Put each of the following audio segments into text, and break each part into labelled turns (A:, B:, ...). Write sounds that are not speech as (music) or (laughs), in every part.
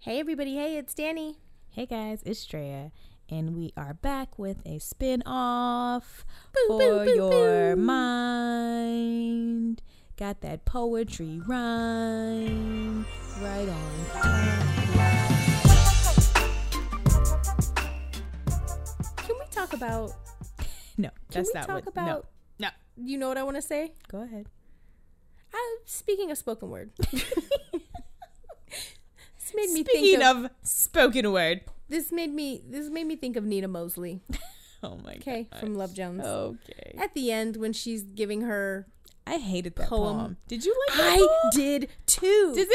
A: Hey, everybody. Hey, it's Danny.
B: Hey guys, it's Drea, and we are back with a spin off
A: Boo,
B: for
A: boo, boo,
B: your
A: boo.
B: mind. Got that poetry rhyme right on.
A: Can we talk about?
B: No,
A: Can
B: that's
A: we
B: not
A: talk
B: what.
A: about?
B: No,
A: You know what I want to say?
B: no, go ahead.
A: I, speaking of spoken
B: (laughs)
A: word, this made me
B: Speaking
A: think of,
B: of, spoken word,
A: this made me this made me think of Nita Mosley.
B: oh my (laughs)
A: Okay,
B: god,
A: from Love Jones.
B: Oh. Okay,
A: At the end, when she's giving her,
B: I hated that
A: Poem.
B: poem. Did you like? That (gasps)
A: I
B: poem?
A: did too.
B: Does anyone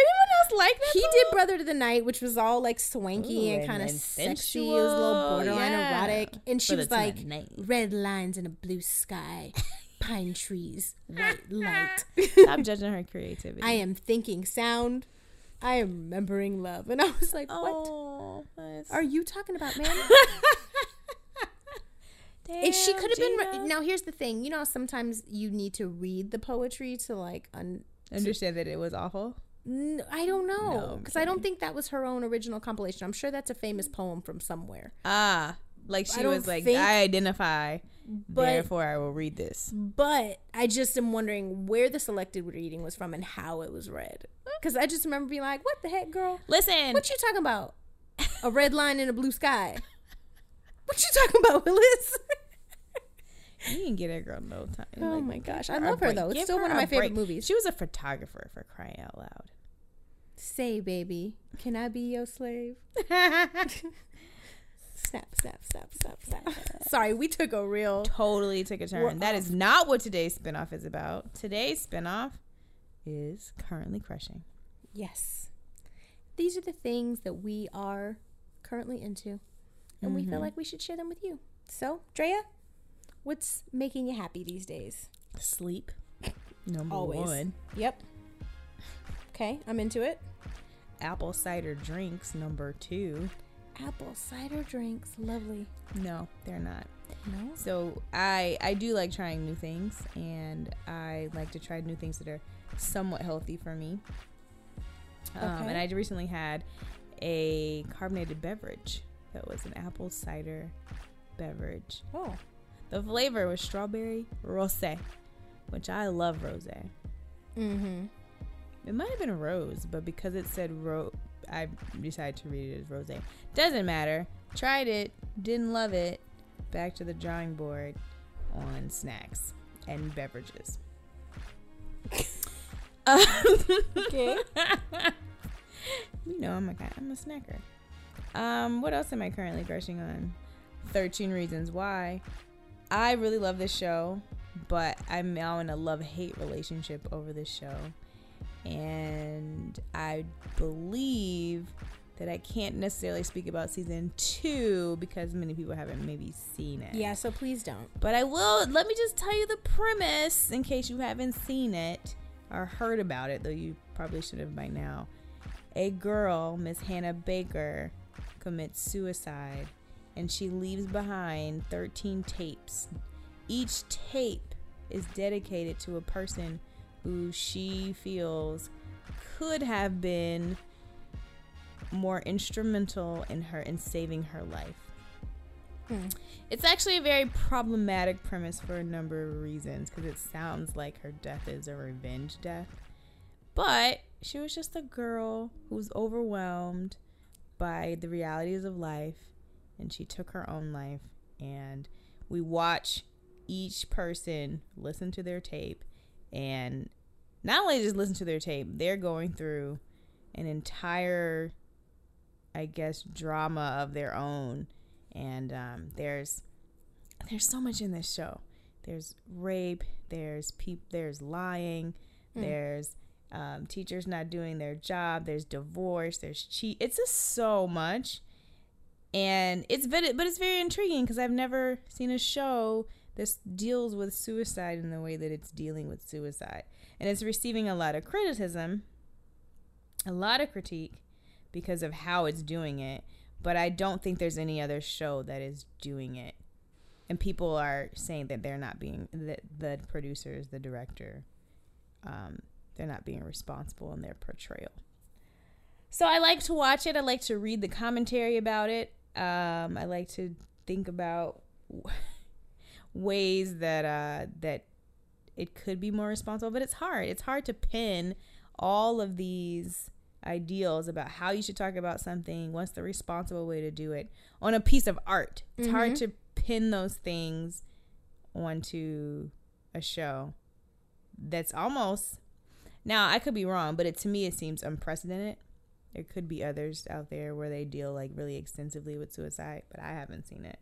B: else like that?
A: he
B: poem?
A: did Brother to the Night, which was all like swanky
B: Ooh,
A: and kind of
B: then
A: sexy. It was a little
B: sensual,
A: borderline
B: yeah.
A: erotic, and she
B: But
A: was
B: it's not
A: like,
B: nice.
A: "Red lines in a blue
B: (laughs)
A: sky, pine trees, white light."
B: (laughs) Stop judging her creativity.
A: I am thinking sound. I am remembering love. And I was like, what
B: Oh, that's-
A: are you talking about,
B: (laughs)
A: man? if she
B: Damn,
A: could have been. Re-
B: Gina.
A: now, here's the thing. You know, how sometimes you need to read the poetry to like. Un-
B: understand that it was awful.
A: N- I don't know.
B: No,
A: Because I don't think that was her own original compilation. I'm sure that's a famous poem from somewhere.
B: Ah, like
A: I
B: she
A: don't
B: was like,
A: think-
B: I identify,
A: But-
B: therefore I will read this.
A: But I just am wondering where the selected reading was from and how it was read. Because I just remember being like, what the heck, girl?
B: Listen,
A: What you talking about? A red line in a blue (laughs) sky. What you talking about, (laughs) Willis?
B: you didn't get that girl no time.
A: Oh
B: Like,
A: my gosh, I
B: give a
A: love her
B: break.
A: though. It's
B: Give
A: still
B: her
A: one of
B: a
A: my favorite
B: break.
A: movies.
B: She was a photographer for crying out loud.
A: Say, baby, can I be your (laughs) slave? snap, snap, snap, snap, snap. Sorry, we took a real.
B: Totally took a turn.
A: We're
B: That is not what today's spinoff is about. Today's spinoff is currently crushing.
A: Yes, these are the things that we are currently into, and we feel
B: Mm-hmm.
A: like we should share them with you. So, Drea, what's making you happy these days?
B: Sleep. Number
A: Always.
B: one.
A: Yep. Okay, I'm into it.
B: Apple cider drinks. Number two.
A: Apple cider drinks, lovely.
B: No, they're not.
A: No.
B: So I I do like trying new things, and I like to try new things that are somewhat healthy for me. Um,
A: Okay.
B: And I recently had a carbonated beverage that was an apple cider beverage.
A: Oh,
B: The flavor was strawberry rosé, which I love rosé.
A: Mm-hmm.
B: It might have been a rose, but because it said ro, I decided to read it as rose. Doesn't matter. Tried it, didn't love it. Back to the drawing board on snacks and beverages.
A: Okay.
B: (laughs) You know, I'm a guy. I'm a snacker. Um, what else am I currently crushing on? Thirteen Reasons Why. I really love this show, but I'm now in a love-hate relationship over this show, and I believe that I can't necessarily speak about season two because many people haven't maybe seen it.
A: yeah, so please don't.
B: But I will. Let me just tell you the premise in case you haven't seen it or heard about it, though you probably should have by now. A girl, Miss Hannah Baker, commits suicide and she leaves behind 13 tapes. Each tape is dedicated to a person who she feels could have been more instrumental in her in saving her life. Hmm. It's actually a very problematic premise for a number of reasons because it sounds like her death is a revenge death. But she was just a girl who was overwhelmed by the realities of life and she took her own life. And we watch each person listen to their tape and not only just listen to their tape, they're going through an entire, I guess, drama of their own. And um, there's there's so much in this show. There's rape. There's peop- There's lying. There's um, teachers not doing their job. There's divorce. There's cheat. It's just so much, and it's but but it's very intriguing because I've never seen a show that deals with suicide in the way that it's dealing with suicide, and it's receiving a lot of criticism, a lot of critique, because of how it's doing it. But I don't think there's any other show that is doing it and people are saying that they're not being that the producers, the director, um, they're not being responsible in their portrayal. So I like to watch it. I like to read the commentary about it. Um, I like to think about (laughs) w- ways that uh, that it could be more responsible, but it's hard. It's hard to pin all of these ideals about how you should talk about something, what's the responsible way to do it on a piece of art. It's hard to pin those things onto a show that's almost now I could be wrong, but it to me it seems unprecedented. There could be others out there where they deal like really extensively with suicide, but I haven't seen it.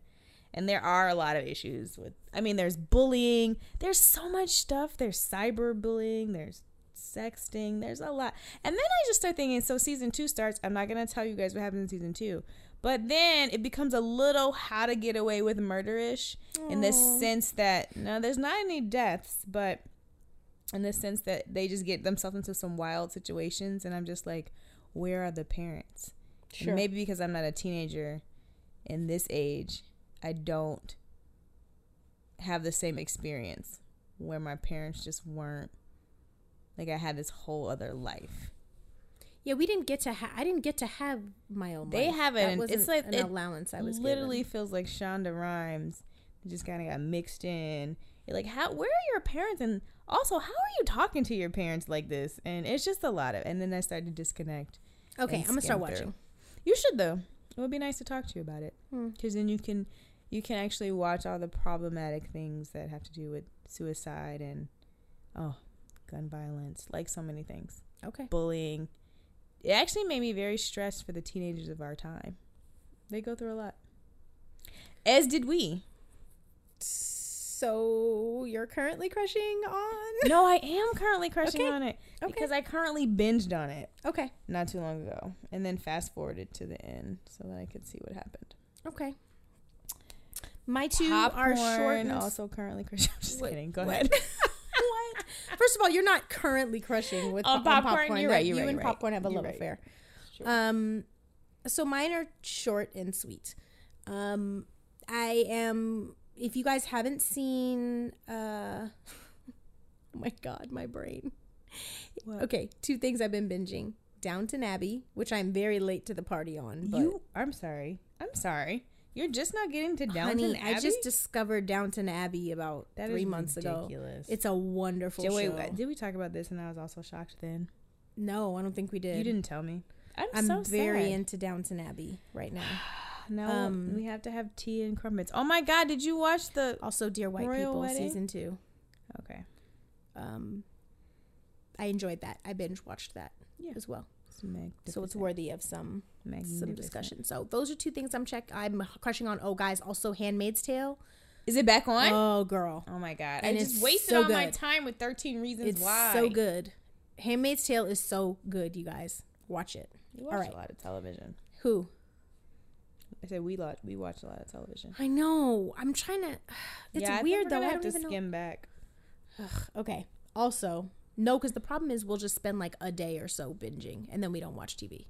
B: And there are a lot of issues with I mean there's bullying, there's so much stuff, there's cyberbullying, there's sexting, there's a lot. And then I just start thinking so season 2 starts, I'm not going to tell you guys what happened in season 2. But then it becomes a little how to get away with murderish
A: Hmm.
B: in the
A: Mm.
B: sense that no, there's not any deaths, but in the sense that they just get themselves into some wild situations and i'm just like where are the parents And
A: Sure.
B: maybe because i'm not a teenager in this age i don't have the same experience where my parents just weren't like i had this whole other life
A: Yeah, we didn't get to. Ha- I didn't get to have my own.
B: They
A: life.
B: haven't.
A: That wasn't
B: It's like-
A: an
B: it
A: allowance. I was
B: literally
A: given.
B: feels like shonda rhimes just kind of got mixed in You're like how where are your parents and also how are you talking to your parents like this and it's just a lot of and then i started to disconnect
A: Okay,
B: and
A: I'm gonna start
B: skim through.
A: watching.
B: You should though. It would be nice to talk to you about it
A: Hmm.
B: because then you can you can actually watch all the problematic things that have to do with suicide and oh, gun violence, like so many things,
A: Okay.
B: bullying. It actually made me very stressed for the teenagers of our time. They go through a lot. As
A: (laughs)
B: did we.
A: So you're currently crushing on.
B: No, I am currently crushing
A: Okay.
B: on it
A: (laughs) Okay.
B: because I currently binged on it
A: Okay.
B: not too long ago and then fast forwarded to the end so that I could see what happened.
A: Okay. My two are
B: Popcorn,
A: shortened. (laughs)
B: also currently Christian. (laughs) I'm just
A: What-
B: kidding. Go
A: what? (laughs)
B: ahead.
A: what? First of all, you're not currently crushing with
B: On
A: on
B: popcorn,
A: popcorn.
B: you're right, you're
A: you
B: right,
A: and
B: you're right.
A: popcorn have a
B: You're
A: love
B: right,
A: affair.
B: you're
A: Um, so mine are short and sweet. Um, I am. If you guys haven't seen, uh, (laughs) oh my god, my brain.
B: What?
A: Okay, two things I've been binging: Downton Abbey, which I'm very late to the party on. But
B: You, I'm sorry. I'm sorry. You're just not getting to Downton
A: honey,
B: Abbey.
A: I just discovered Downton Abbey about
B: That
A: three
B: is
A: months ago.
B: ridiculous.
A: It's a wonderful
B: Did, wait,
A: show.
B: did we talk about this? And I was also shocked then.
A: no, I don't think we did.
B: You didn't tell me. I'm,
A: I'm
B: so
A: very
B: sad.
A: into Downton Abbey right now. (gasps)
B: No,
A: um,
B: we have to have tea and crumpets. Oh my God! Did you watch the?
A: Also, Dear White
B: Royal
A: People
B: Wedding?
A: season two.
B: Okay.
A: Um, I enjoyed that. I binge watched that
B: Yeah.
A: as well.
B: It's magnificent.
A: So it's worthy of some some
B: Magnificent.
A: discussion. So those are two things I'm check. I'm crushing on. Oh, guys, also Handmaid's Tale.
B: Is it back on?
A: Oh, girl,
B: oh my God!
A: and
B: I just
A: it's
B: wasted
A: so
B: all my
A: good.
B: time with 13 Reasons
A: it's
B: Why.
A: so good. Handmaid's Tale is so good. You guys watch it.
B: You
A: All
B: watch
A: right.
B: a lot of television.
A: Who?
B: I said we lot. We watch a lot of television.
A: I know. I'm trying to. (sighs) It's
B: Yeah, I think
A: weird
B: we're
A: though.
B: gonna
A: I don't
B: have to
A: even know.
B: skim back.
A: Okay. Also, no, because the problem is we'll just spend like a day or so binging, and then we don't watch TV.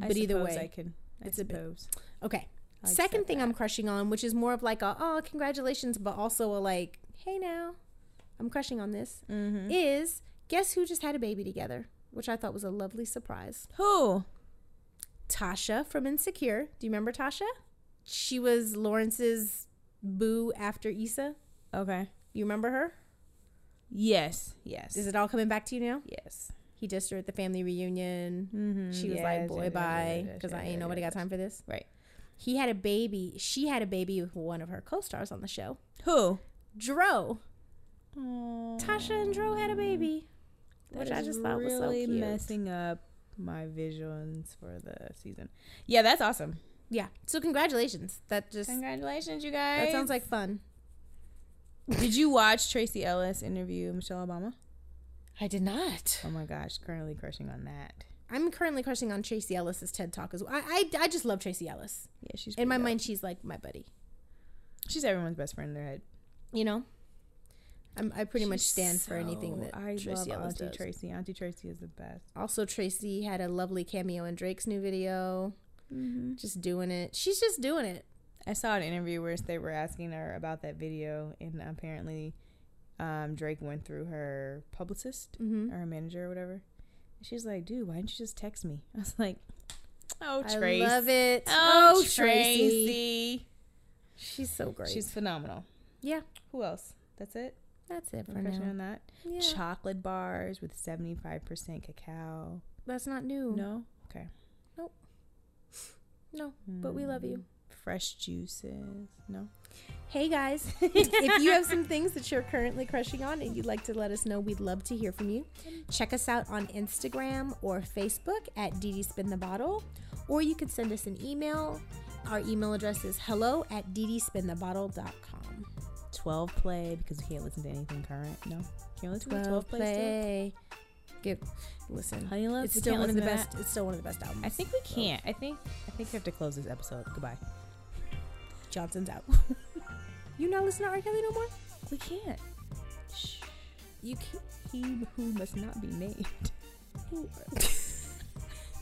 B: I
A: But either
B: suppose
A: way,
B: I can. I
A: it's a bit-
B: suppose.
A: Okay.
B: I'll
A: Second
B: accept
A: thing
B: that.
A: I'm crushing on, which is more of like a oh congratulations, but also a like hey now, I'm crushing on this,
B: Mm-hmm.
A: is guess who just had a baby together, which I thought was a lovely surprise.
B: Who?
A: Tasha from Insecure. Do you remember Tasha? She was Lawrence's boo after Issa.
B: Okay.
A: You remember her?
B: Yes. Yes.
A: Is it all coming back to you now?
B: yes.
A: He dissed her at the family reunion.
B: Mm-hmm.
A: Mm, She was like, boy, bye, because I ain't nobody got time for this.
B: Right.
A: He had a baby. She had a baby with one of her co stars on the show,
B: Who?
A: Dro. Tasha and Dro had a baby, which I just thought was so cute.
B: messing up my visions for the season. Yeah, that's awesome.
A: Yeah. So congratulations. That just
B: Congratulations, you guys.
A: that sounds like fun.
B: (laughs) Did you watch Tracy Ellis interview Michelle Obama?
A: I did not.
B: Oh my gosh, currently crushing on that.
A: I'm currently crushing on Tracy Ellis's TED Talk as well. I I, I just love Tracy Ellis.
B: Yeah, she's
A: In my
B: pretty dope.
A: mind, she's like my buddy.
B: She's everyone's best friend in their head.
A: You know. I'm, I pretty much
B: She's
A: stand for anything
B: so-
A: that
B: I
A: Tracy
B: love
A: Ellis
B: Auntie
A: does.
B: Tracy. Auntie Tracy is the best.
A: Also, Tracy had a lovely cameo in Drake's new video.
B: Mm-hmm.
A: Just doing it. She's just doing it.
B: I saw an interview where they were asking her about that video, and apparently, um, Drake went through her publicist
A: Mm-hmm.
B: or her manager or whatever, She's like, dude, why didn't you just text me? (laughs) I was like, oh,
A: I
B: Trace.
A: love it.
B: Oh,
A: Oh, Tracy.
B: Tracy.
A: She's so great.
B: She's phenomenal.
A: yeah,
B: Who else? That's it.
A: that's it for
B: Impression
A: now.
B: on that.
A: Yeah.
B: Chocolate bars with 75% cacao.
A: that's not new.
B: No? Okay.
A: No, but we love you.
B: Mm. Fresh juices. No?
A: Hey
B: (laughs)
A: guys, if you have some things that you're currently crushing on and you'd like to let us know, we'd love to hear from you. Check us out on Instagram or Facebook at DD Spin the Bottle, or you can send us an email. Our email address is hello at ddspinthebottle.com.
B: 12 play because we can't listen to anything current. No? Can't listen to 12 play. still?
A: Give, listen,
B: Honey Love,
A: it's
B: we
A: still
B: can't
A: one of the
B: listen to
A: best. It's still one of the best albums.
B: I think we can't. I think I think we have to close this episode. Goodbye.
A: Johnson's
B: (laughs)
A: out. you not listen to R. Kelly no more?
B: We can't. Shh. You can't. He who must not be named.
A: well, uh,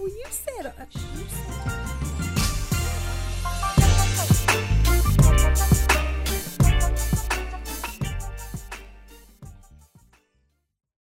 A: you said. You said